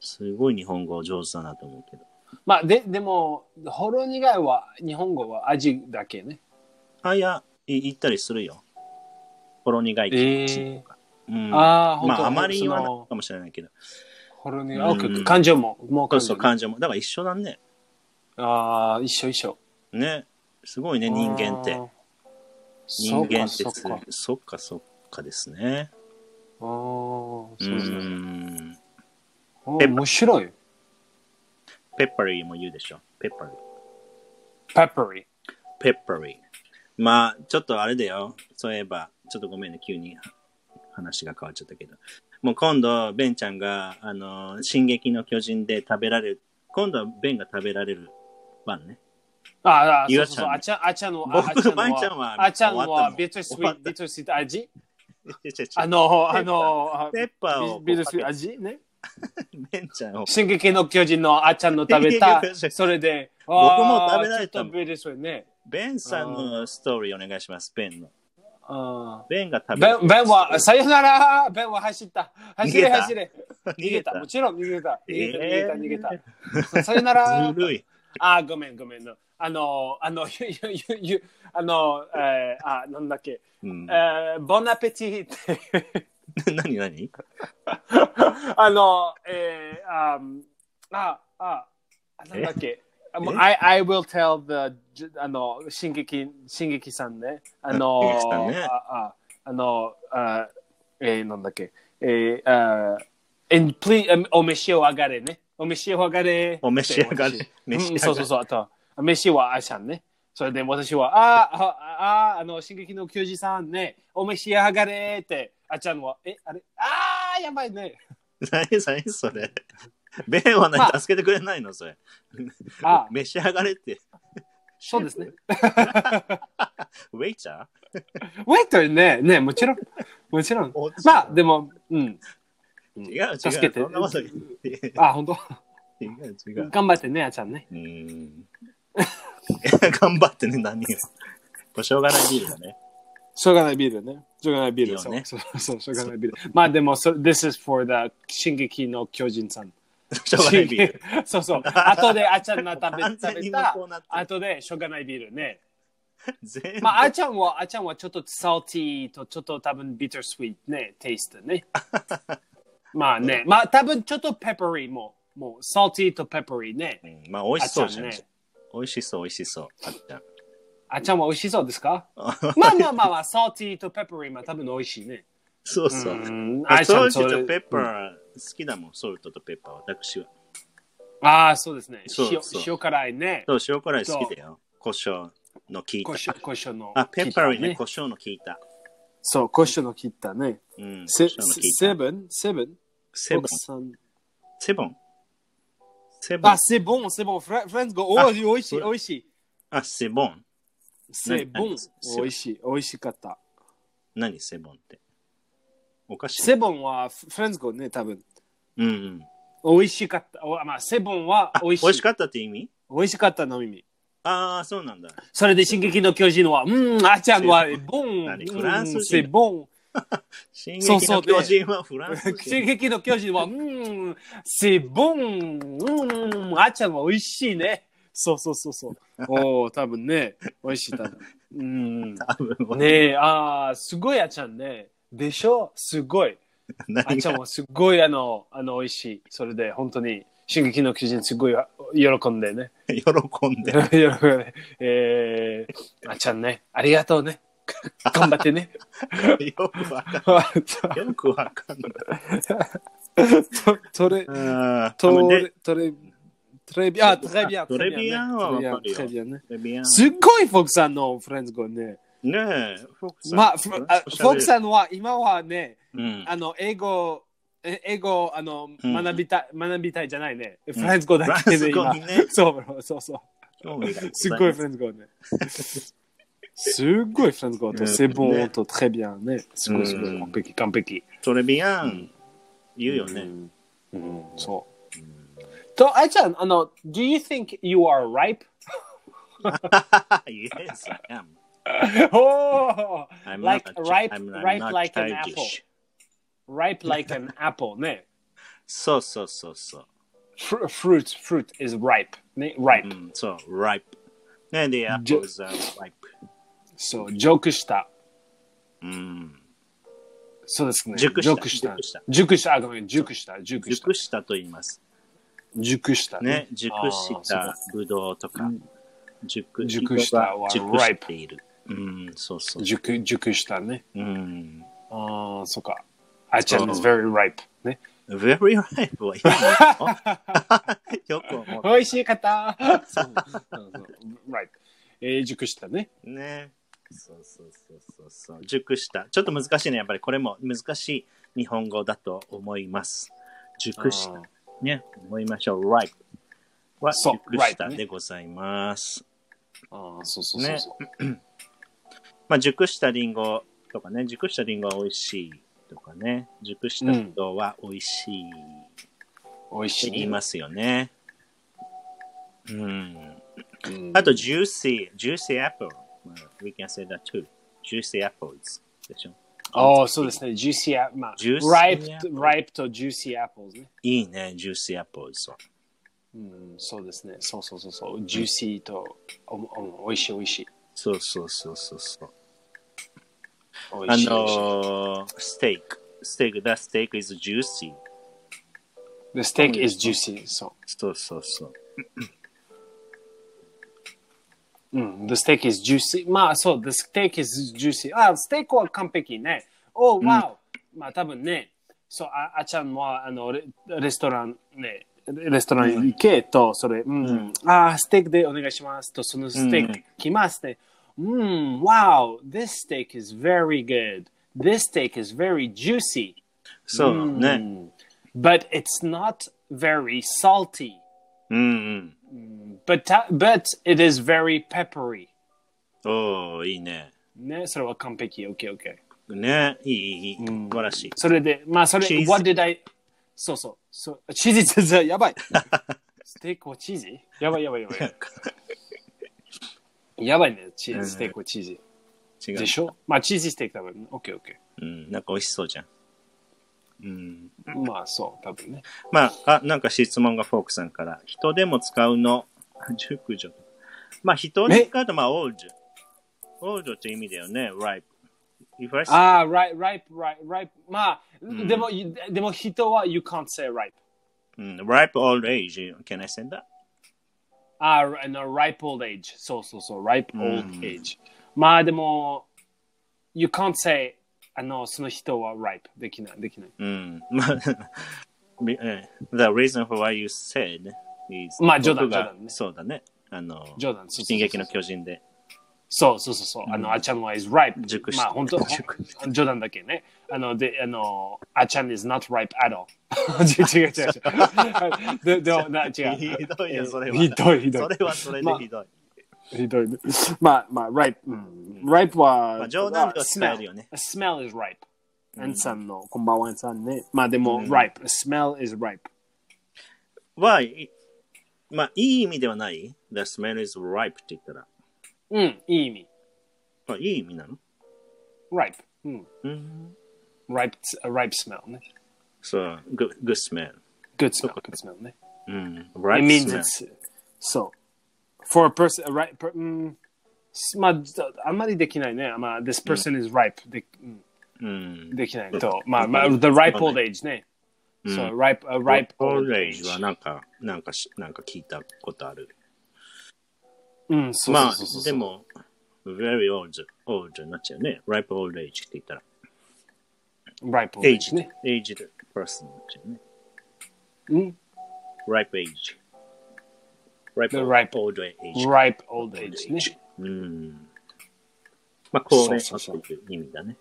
すごい日本語上手だなと思うけど。
まあ、で、でも、ほろ苦いは、日本語は味だけね。
あ、いや、い言ったりするよ。ほろ苦い気持ちとか。うん。
ああ、本
ま
当
ああまり言わない
その
かもしれないけど。
ほろ苦い。
うん
あオッケーオッケー感情も、もう感情
そうそう、
も
感情も。だから一緒だね。
ああ、一緒一緒。
ね。すごいね、人間って
あ。ー。
人間って
そうか、そ
つ
うか。
そっかそっかですね。
ああ、そう
う
ですね。
ん。
あー面白い。
ペッパリーも言うでしょ。ペッパリー。
ペッパリー。
ペッパリー。まあ、ちょっとあれだよ。そういえば、ちょっとごめんね、急に話が変わっちゃったけど。もう今度、ベンちゃんが、あの、進撃の巨人で食べられる、今度はベンが食べられる番ね。
あーあー、
ゆ
そう
あ
そう
ち
そ
ゃん
う。
の
あちゃん、あちゃんの、ああ
僕
ちゃんの
ばんちゃんは
あちゃん
終わった
は、
の
ビトスイ
終わ
ー
っ
ト、
た
ビトスイート味あ
あの、
の、あの、あ
ペッパーを
ビビトスイート
か
味ね。
けてベンちゃんを。
進撃の巨人のあちゃんの食べた
進撃の巨、人
それ で、僕
も食べられたもん
食べれそうね。
ベンさんのストーリーお願いします、ベンの。
あ
ベンが
ー
食べ
ベ
られ
ン、ベンは、さよならベンは走った走
逃げ
れ
た
走れ
逃
逃げたもちろん逃げた逃げた逃
えー
げた逃げたさよなら
ずるい。
あー、ごめんごめんの。あの、あの、 ゆゆゆゆあの、えー、あ、なんだっけ。
うん
えー、ボンアペティって
何何
あの、えー、あー、あ、あ、なんだっけ。あもう
え
I, I will tell the じゅあの進撃進撃さんねあの
進撃さんね
あああのあえー、なんだっけえー、あー and please あお召し上がれねお召し上がれ
お召し上がれ
って
召し
う
上がれ
ん、そうそうそうあとお召しはあさんねそれで私はあーああーあの進撃の球児さんねお召し上がれってあちゃんはえあれあーやばいね
何何それベンは何
まあ
助けてくれないのそれ。
あ
召し上がれって。
そうですね
ウェイチャー
ウェイトね、ね、もちろん。もちろん。
お
まあ、でも、うん。
違う違う。
助けて
そんなこと言って違
あ、本当。
う違う。
頑張ってね、あちゃんね。
うーん。頑張ってね、何を。もうしょうがないビールだね。
しょうがないビールね。しょうがないビール。
いいよね
そうそうそう、しょうがないビール。まあ、でも、そ This is for the 進撃の巨人さん。
しょうがないビール。
そうそう。後であちゃんが食べ
完
食
全
べ
に
た
こ。うなってる。
後でしょうがないビールね。
全部
まあ、あちゃんは、あちゃんはちょっとサルティーとちょっと多分ビタースイートね、テイスト ね。まあね、まあ多分ちょっとペパリーも、もうサルティーとペパリーね。
うんまあ、美味
あ
し
ち
そ
ゃ
うじ
ん
ゃん。
ね。
美味しそう、美味しそう。あっちゃん。
あっちゃんは美味しそうですかまあまあまあまあ、サーティーとペッパー今多分美味しいね。
そうそうう。
ん
あ
あっちゃ
ソル
んそ
トと
れ
ペッパー好きだもん、ソルトとペッパー、私は。
ああ、そうですね。
そう
塩
そう
塩辛いね。
そう、塩辛い好きだよ。胡椒の効い
コシ
た。
ョコショの。
あ、ペッパーに
切
ね、胡
った
椒の効いた。
そう、コショの切ったね。
うん、
セ
胡椒の効い
セ
た。
ブンセブン
セブン
奥。さん
セブン。セブン
あ、。セボン、セボン。フラフランス語、おいしい、おいしい、おいしい。
あ、セボン。
セボン
何、
おいしい、おいしかった。
何セボンって。おかしい。
セボンはフフランス語ね、多分。
うんうん。
おいしかった。おまあ、セボンは
あ、
お
美
いしい。
味しかったって意味
おいしかったの意味。
ああ、そうなんだ。
それで、進撃の巨人は、うん、あちゃんは、ボン、
何
うん
フランス人
セボン。
進撃
そうそう
の巨人はフランス
進
人。
撃の巨人は、うん、セボン、うん、あちゃんは美味しいね。そうそうそう そう。おお、多分ね、美味しい多分。うん。
多分
ねえ、あーすごいあちゃんね。でしょすごい。あ
何
ちゃん
が
はすごいあの、あの、美味しい。それで、本当に、進撃の巨人すごい喜んでね。
喜んで。
喜んで。えー、あちゃんね、ありがとうね。頑張ってね。
よくわかんよくわか んない。
ととれ、
あー
と
で
れ、とれ、トレビアン、トレビアン、
トレビアンはわかるよ
トレビアンね。
レビアン
すっごいフォークさんのフレンズ語ね。
ねえ、フォークさん。
まあ、フあフォーク
ん。
さんは今はね、
うん。
あの、英語、え英語、あの、
うん
学びたい、学びたいじゃないね。フレンズ語だけ
フラ
で
ンス語
今
に。ね、
そう、そうそう。
興味が
すっごいフレンズ語ね。すっごいフレンズ語
う
と、
ん
セボンと、トレビアンね。すごいすご
う
い、
ん
完璧、完璧。
トレビアン、言うよね。
うん。うんそう。と、あいちゃん、あの、Do you think you are ripe?
yes, I am.
おー
I'm
Like
not,
ripe-
I'm not
ripe like an
childish.
apple. ripe like an apple ね。
そうそうそうそう。
Fru- fruit, fruit is ripe. ね、ripe.
うん、そう、ripe。ね、the apples are ripe.
そう、ジョークした。
うん。
そうですね。
熟し
ジ
た
ョークした
熟した。
熟した。あ、ごめん、熟した。熟した
熟。したと言います。
熟した。
ね、熟し
あー
たぶどうとか、熟
熟したは
熟している。うん、そうそう。
熟、熟したね。
うん。
ああ、そうか。あちゃん
そう
is very ripe. ね。
very ripe は言うの よく思う。
美味しかった。 そうそうそう ripe。えー、熟したね。
ね。そうそうそうそうそう。熟した。ちょっと難しいね。やっぱりこれも難しい日本語だと思います。熟し
あ
た
ー。
ね。思いましょう。ripe は
そう
熟した
ripe ね
でございます。
あー、そうそうそうそう。
まあ、熟したリンゴとかね。熟したリンゴは美味しいとかね。熟したぶどうは美味しいっ
美味してい。
言いますよね。うん。
うん
あと、juicy, juicy apple. We can say that too. juicy apples. でしょ。
ああ、そうですね。juicy apple。まあ、
Juicy
ripe,
apple
ripe と juicy apples ね。
いいね、juicy apples は。
うん、そうですね。そうそうそうそう。juicy um, と、おおおいしいおいしい。
そうそうそうそうそう。
お
あ
いしい。
uh, のー、ステーク。ステーク、that steak is juicy.
The steak is juicy. そ
そうそうそう。
う。うん。The steak is juicy. まあそう。The steak is juicy. あ、ステーキは完璧ね。おう、わお。まあ多分ね。そう、ああちゃんは、あの、レレストランね。レストランに行けと、それ、うん、あーステーキでお願いしますと、そのステーキ来ますね。うん、wow, this steak is very good. This steak is very juicy.
そうね。
But it's not very salty.
うん、
But, ta- but it is very peppery.
うん。おー、いいね。
ね、それは完璧。OK, OK.
ね、いい、いい、素晴らしい。
それで、まあ、それ、
チーズ
What did I... そうそう。そうチーズ全然や ばい。ステーキをチーズやばいやばいやばい。やばいね、チーズ、ステーキをチーズ。
違う。
でしょまあ、チーズステーキだもんね。OK, OK。
うん、なんか美味しそうじゃん。うん。
まあ、そう、多分ね。
まあ、あ、なんか質問がフォークさんから。人でも使うの。熟女。まあ、人で使うと、まあ、オールド。オールドって意味だよね、ripe。If I say
ああ、ripe, ripe, ripe, ripe. まあ、
ん
でも、でも人は you can't say ripe.
Mm, ripe old age, can I say that?
あ、あの、ripe old age。そうそうそう、ripe
う
old
ん
age。まあでも、you can't say、あの、その人は ripe。できない、できない。
うん。まあ、 みえ the reason for why you said is
まあ冗談
僕が
冗談ね
そうだね。あの、
冗談、そうそうそう
進撃の巨人で。
そうそうそうそう、あの、あちゃんは is ripe。
熟して
まあ本当、ほ
熟
ん冗談だけね。あの、で、あの、あちゃん is not ripe at all。違う違う 違う。で、でも、な、違う。
ひどいよ、それは。
ひどいひどい
そ。れはそれでひどい。
ひどいね。まあまあ、ripe。うん、ripe は、
まあ冗談では使えるよね
smell smell is ripe。アンさんの、こんばんは、アンさんね。まあでも、ripe。smell is ripe。
は、いまあ、いい意味ではない ?The smell is ripe って言ったら。
うん、いい意味。
まあ、いい意味なの
ripe。うん。
うん。
ripe, ripe smell ね。
そう、good, good smell.
good smell, good smell ね。
うん。
it
ripe
means
smell.
it's so for a person a right per, mm, うんすまあずあんまりできないねまあ this person is ripe で,、うん、
うん。
できない
うん
とまあまあ
うん
the ripe
そう
old
ね
age ね、
うん
so ripe a Mm. ripe
old age はなんか、なんかし、なんか聞いたことある。
うんそうそ
ま
う
あ
そうそう、
でも、very old, old になっちゃうね。ripe old age って言ったら。
ripe old age
aged,
ね、
aged person になっちゃうね。
うん
ripe age. ripe,
The ripe
old age.
ripe old age ね
うん。まあ、高齢
そうそうそう
者という意味だね。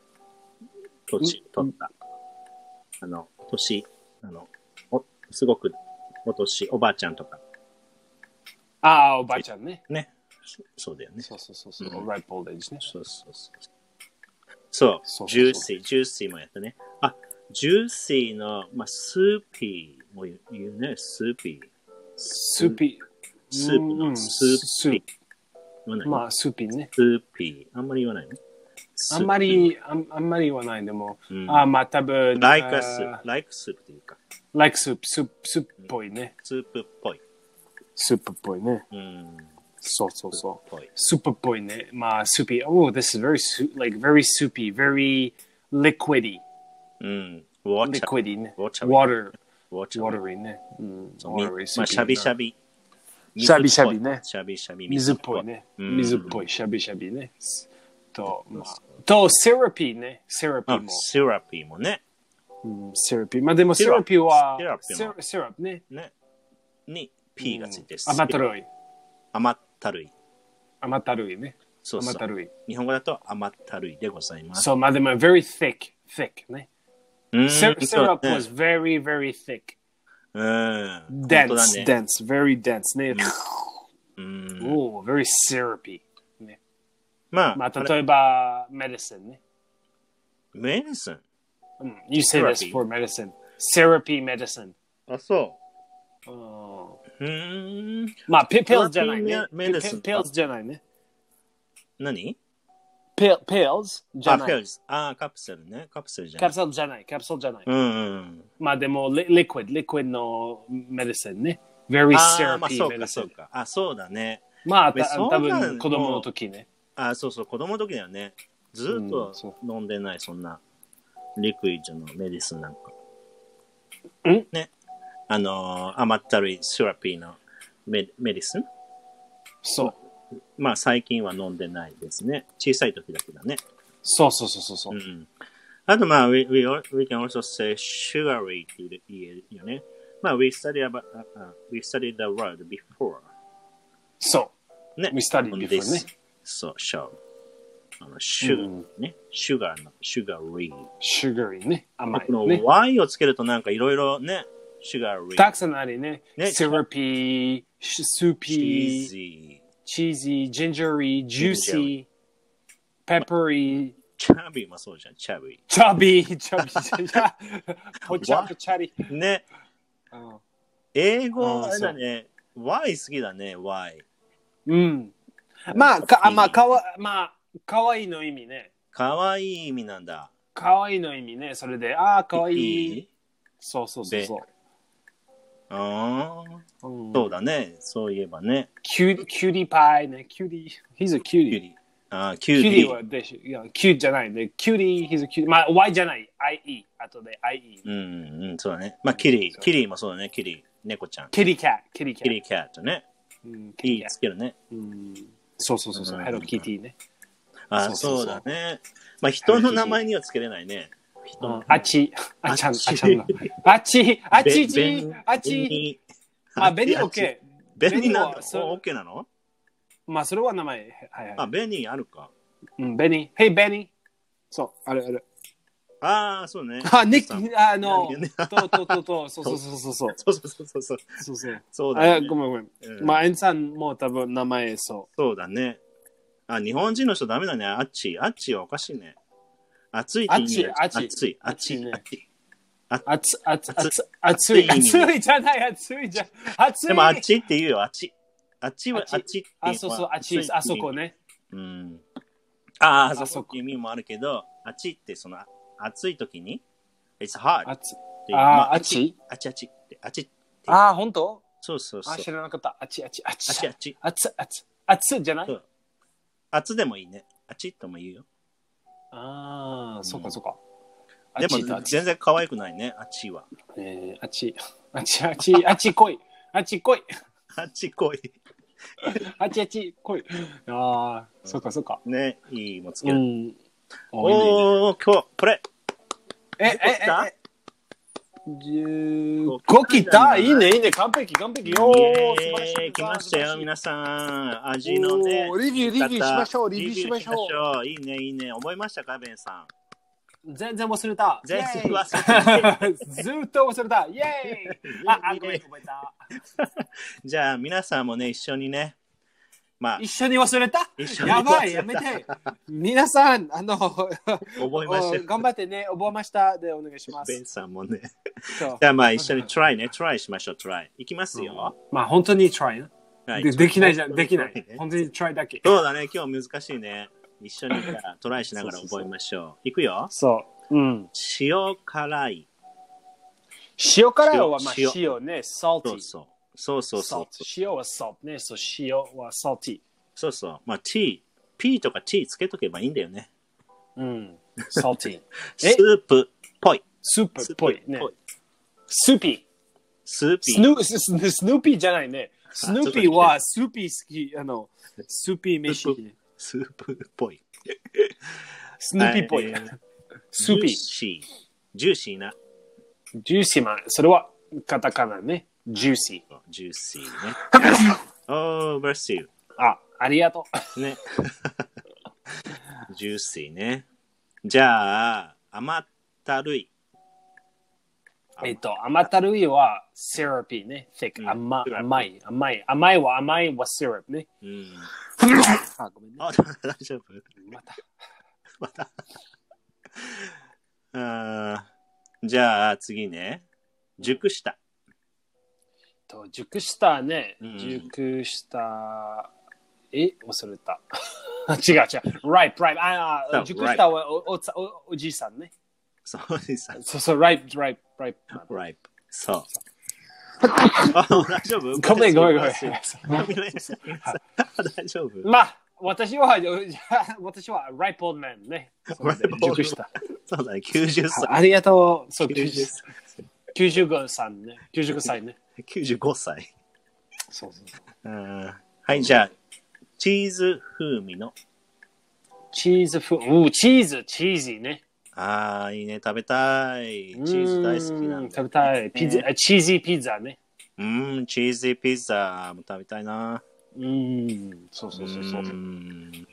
年取った。あの、年、あの、おすごく、お年、おばあちゃんとか、
ああおばあちゃんね
ね。そそうだよね。
そうそうそうそう、
うん
ripe old age ね
そうそうそう。そう、
そうそうそう
ジューシー、ジューシーもやったね。あ、ジューシーの、まあ、スーピーも言う言うね、スーピー。
スーピー
スープ
う
の
ん
スーピー。言わない、
まあスーピーね
スーピー。あんまり言わないね。
あんま
スー
りあんあんまり言わないでも、
うん
ああまあ多
ピ
分
ー。ライカス
あー
ープ、ライクスープっていうか、
like soup, soup, soup っぽいね。
スープっぽい。
スープっぽいね。
うん。
そうそうそう。
ぽい。
スープっぽいね。まあ、soupy. Oh, this is very soup, like very soupy, very liquidy.
うん。ウォーチャー。
Liquidy ね。
Watery Mm.
Water,
ウォーチャー。
watery ね。うん、
そうみ
watery,
ま
soupy
あ、しゃびしゃび。
しゃびしゃびね
しゃびしゃび。
水っぽいね。
うん
水っぽい、しゃびしゃびね。と、まあ、と、syrupy ね。syrupy
あ、
も。
シラピーもね。
うん、syrupy。まあでも
syrup
syrupy は
syrup、
syrup Mm. ね。
ね。に、P がついてる。
甘ったるい。
甘ったるい。
甘ったるいね。
そうそ
甘った
う。
るい。
日本語だと甘ったるいでございます。
そう、まあでも very thick, thick ね。
うん
Sy-
そう
syrup
ね
was very, very thick.
うん。本当
Dense,
だね。
dense, very dense. ね、
Mm. うん。
oh, very syrupy. ね。
ま
ま
あ、
あ、例えば、medicine ね。
メディスン。
うん、you say this
Syrupy.
for medicine. Syrupy medicine.
あ、そ
うん
う。うーん。
まあ、ピ pills じゃないね。
Syrupy me-
Pi-
medicine.
pills eh? じゃないね。
何
Pill- pills じゃ
あ、
な
ペル
い。
ズ。あ、カプセルね。カプセルじゃ
カ
な
プ
い。
セルじゃない。カプセルじゃない。
うんうん。
まあ、でも、li- liquid、liquid の medicine ね。very
あー、まあ、
syrupy
そうか、そう
medicine。
か。あ、そうだね。
まあ、
でそ
た
ん
多
なの
分子供の時ね。
あ、そうそう、子供の時だよね。ずーっ
うんそ
と飲んでない、そんな、リクイドのメディスンなんか。
ん
ね。あのー甘ったるいシュラピーのメメディスン
そう。
まあ、最近は飲んでないですね。小さい時だけだね。
そうそうそうそうそうう。
ん。あと、まあ、we, we, al- we can also say sugary って言えるよね。まあ、we studied, about, uh, uh, we studied the word before.
そう。
ね。
We studied
on
before ね
そう、show. あの、sugar、ね。sugar の sugary。
sugary ね。甘い
この
ね。
Y をつけるとなんかいろいろね、sugary。
たくさんありね。
ね
syrupy, sh- soupy,
cheesy。
cheesy, gingery, juicy, peppery,
チャビもそうじゃん、チャビ。
chubby, chubby, po cha po chari.
ね。英語、あれだね。Y 好きだね、Y。
うん。まあ、か、あまあ、かわ、まあ、かわいいの意味ね。
かわいい意味なんだ。
かわいいの意味ね。それで、ああ、かわいい。そうそうそうそ
ああ。
う。うん
そうだね。そういえばね。
キュキューティーパイね。キューティー。He's a
キュ
cutie.
リ。あーキュ
キュー
リ
ティーはでしいや、キューじゃないね。キューティー、he's a cutie. まあ、Y じゃない。IE。あとで IE。
うん、うん、そうだね。まあ、キリ
そう
キリもそうだね、キリ猫ちゃん。
キリキャット、キリキャ
キ
ッ
リキャットね。
うん、
いいつけるね。
うん、そうそうそうそう、
うん
ハローキティね。
あ、
そう
そ
そううそう
だね。まあ、人の名前にはつけれないね。人の
あち、あちゃん、あ
あち
ちゃん の。あち、あち
べ
ち
べ、
あち。
に
あ、ベニー
あ
オッケー。
ベニーな
ベニー
の
はそう
オッケーなの
まあ、それは名前。はいはい。
あ、ベニーあるか。
うん、ベニー。Hey, ベニー。そう、あれあれ。
ああ、そうね。
あ、ニッキー、あの
いやね、
とうとうとうとう、そうそうそうそうそう。
そうそうそうそう。
そうそう。
そうだ
あ、
ね。
ごめんごめん。
うん
まあ、エンさんも多分名前、そ
そうだね。あ、日本人の人ダメだね。あっち。あっちはおかしいね。暑いって意味だよ
あっちあっち
暑い。あっ
あっち
ち
ね。
あっち
う。あつ、あつ、
あつ
あつ、あつい。
あ
あ
つい
ついじゃない、あついじゃ。あつい。
でもあっちって言うよ。あっち。あっちはあ
あ
っ
っ
ちっていうのは
あ、そうそう、あっち
暑いっ、て意味
あそこね。
うん。ああ、
あ
そ
そ
こ
こ
って意味もあるけど、あっちってそのあ暑い時に、It's hot
あ
っ
つ、
ていう。ま
あ、あっち
あっちあっちって。あっち。
あ、本当
そうそうそ
あ、
う。あっ
知
ち
らなかった。あっち、あっち、あっち。
あっち。
あつ、あつ、あつじゃない
そう暑でもいいね。あっちとも言うよ。
ああ、そっ
うん
かそっか。あ
で
っちとあ
も
っち。
全然可愛くないね。あっちは。
えーあっ ち、あっち、あっち、あっち来い。あっち来い。
あっち来い。
あっちあっち来い。ああ、そっかそっか。
ね。いいもんつけ
う
る。
ん。おー
おー、今日、これ。
え、え、
来た
え、15来たいいね、いいね、完璧、完璧。よー、素晴らし
イエーイ
い。
来ましたよ、皆さん。味のね。
おーレビュー、レビューしましょう、レ
リ
ビューしましょ
う。いいね、いいね。思いましたか、ベンさん。
う。全然忘れた。
全然忘れた
れた。ずーっと忘れ た。イ ェーイあ、あ、ごめん、ごめんな。
じゃあ、皆さんもね、一緒にね。まあ、
一緒に忘れた
一緒に忘れた
やばい、やめて。皆さん、あの、
覚えましたよ。
頑張ってね、覚えましたでお願いしま
ベン
す。
さんもね。
そう
じゃあ、まあ、一緒に try ね。try しましょう、try。いきますよ。
まあ、本当に try な。
はい
でできないじゃん、できな
本当に
い
ね。
本当に try だけ。
そうだね、今日難しいね。一緒にじゃあトライしながら覚えましょう。いくよ。
そう。うん。
塩辛い。
塩辛はまあ
塩
塩ね、salty
そう。そう。そうそうそう
salt。塩は salt ね、そう塩は salty。
そうそう。まあ、t、p とか t つけとけばいいんだよね。
うん。salty。
ス
え
ープっぽい。
スープっ
スープ
ぽいね。スーピ
スー
ー。
ピ
ス
ー。
ヌースススヌーピーじゃないね。スヌーピーはスーピー好き、あの、スーピー
スープ
飯。
スープっぽい。
スヌーピーっぽい
えー。
スーピ
ジュー
ー。
シー。ジューシーな。
ジューシーマン。それはカタカナね。ジューシ
ジューシー ね。おー、ブラスユ
ー。あ、ありがとう。
ー。ね。 ジューシーね。じゃあ、甘ったるい。
えっと、甘ったるいはセラピーね。thick、
うん
甘
syrupy
甘い、甘い。甘いは甘いはセラピーね。
うん。
あ、ごめんね。
あ、 大丈夫
また。
また。あーじゃあ、次ね。熟した。
と熟したね
うん。
熟した。え、忘れた。 違う違う。ripe, ripe. あ
そう
あ、熟したはおおおおおじいさんね。
そうです。
そうそう、ripe, ripe, ripe.
ripe。そう。あ大丈夫
ごめんごめんごめん。
大丈夫
まあ、私は、 私は ripe old man ね。それで
Ripe old man
熟した。
そうだね、90歳。
ありがとう。そう、
90
90 95歳ね。95歳ね。
95歳。
そうそうそう。
うんはい、じゃあ、チーズ風味の。
チーズフー、うん、チーズ、チーズね。
ああ、いいね、食べたい。チーズ大好きなん
うん
だ。
食べたい。ピザ、あチーズピザね。
うん、チーズピザも食べたいな。
うん、そうそうそうそうう。
んじ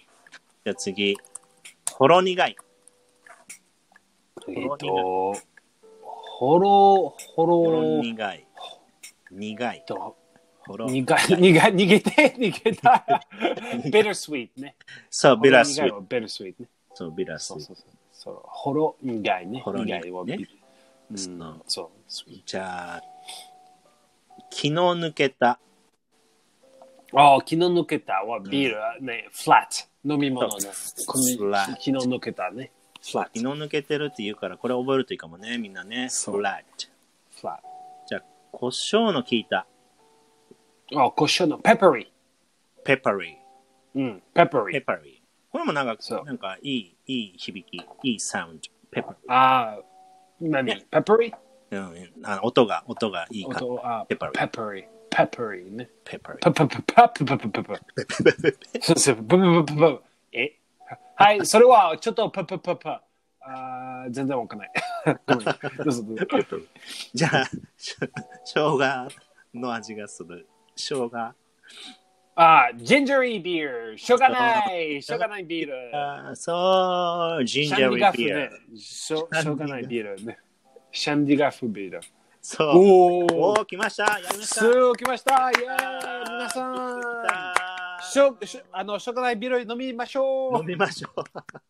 ゃあ次、ほろ苦い。
えっと、ほろ、ほ
ほろ
ろ、えっ
苦い。苦い。
と、
ほろ。
苦い、苦い、逃げて、逃げた。ベルスウィートね。
そう、ビラスイート。
ベルスウィートね。
そう、ビラスイ
そ
ー
う
ト
そうそう。そうほろ苦いね。
ほろ苦いね
苦いはビール。うん
そう
そう、スウィー
じゃあ、気の抜けた。
トああ、気の抜けたはビールね、フラット。飲み物ね。こ
フラット
の気の抜けたね。フラ
気
ット。
の抜けてるって言うから、これ覚えるといいかもね、みんなね。
そう
フラット。
フラッ
じゃあ、胡椒の効いた。
ト。ああ、胡椒のペパリー。
ペパリ
うん、ペパ
ー。
リ
ペ
ー。
パリー。これもなんか
そ、う
なんかいい、いい響き、いいサウンド。ペパ
ああ、何ペパリー
リー。うん、あの音が、音がいいか
音、あ、
ペパリー
ペパリー。ペッパリーね。
ペッパー
パパパパパパパパパ。 そうそう。パパパパパ。えはい、それはちょっとパパパパ。あー全然わかんない。ごめんどうぞどうぞ
ペッパーじゃあ、しょ生姜の味がする。生姜。あ
あー、ジンジャリービール。しょうがない。しょうがないビール。
ーそう、ジン
シ
ジ
ャ
ャ
ンディ
リ
ガ
ー
フ
ビー
ね
ル。。
しょしょうがないビールね。シャンディガフビール。
そう。
お
お
お。
ー、来ました。やりました。
すぐ来ました。イエーイ皆さん。しょしょあのしょうがないビール飲みましょ
飲
う。
みましょ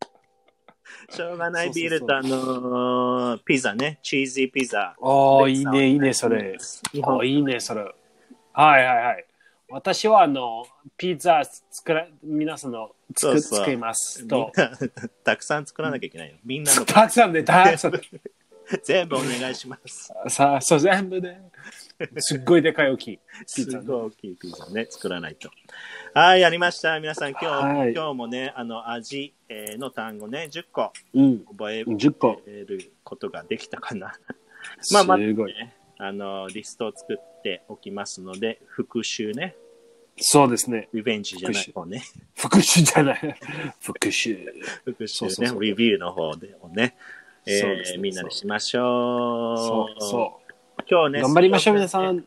う。しょうがないビールと
そう
あのーピザね、チーズピザ。
おー
レッ
いい
サーを
ねいいねそれ。
日
お
本
いいねそれ。はいはいはい。私はあのピザ作ら皆さんの作
そうそう
作ります
みん
と。
なたくさん作らなきゃいけないよ。みんなの分
たくさんでたくさんで
全部お願いします。
さあそう全部で。すっごいでかい大きい。 ピ
す
ザね
ごい大きいピザね、作らないと。はい、やりました。皆さん、今日,、
はい
今日もね、あの味えーの単語ね、10個
うん。
覚え
10個。
ることができたかな。
ま
ま
あまあ
あまあ
すごい。
あのリストを作っておきますので、復習ね、
そうですね。
リベンジじゃな
復
い方ね。
復讐じゃない。 復讐。
復習
そうそう
ね
そう
リビューの方でをね、えー
そうですね
みんなでしましょ。。
そううそう
今日
う。
ね、
頑張りましょう、皆さ
水曜
ん。
日ね。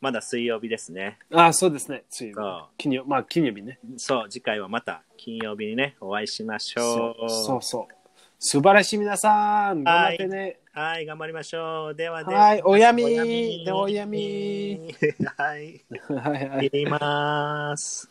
まだ水曜日ですね。
ああ、そうですね。つい
そう
金曜、まあ金曜日ね。
そう、次回はまた金曜日にね、お会いしましょ。
そううそうそう。素晴らしい皆さん。頑張ってね。
はい、頑張りましょう。ではでは。
はい、おやみ
おやみ
でおやみ。。
はい、
はいはい。
切ります。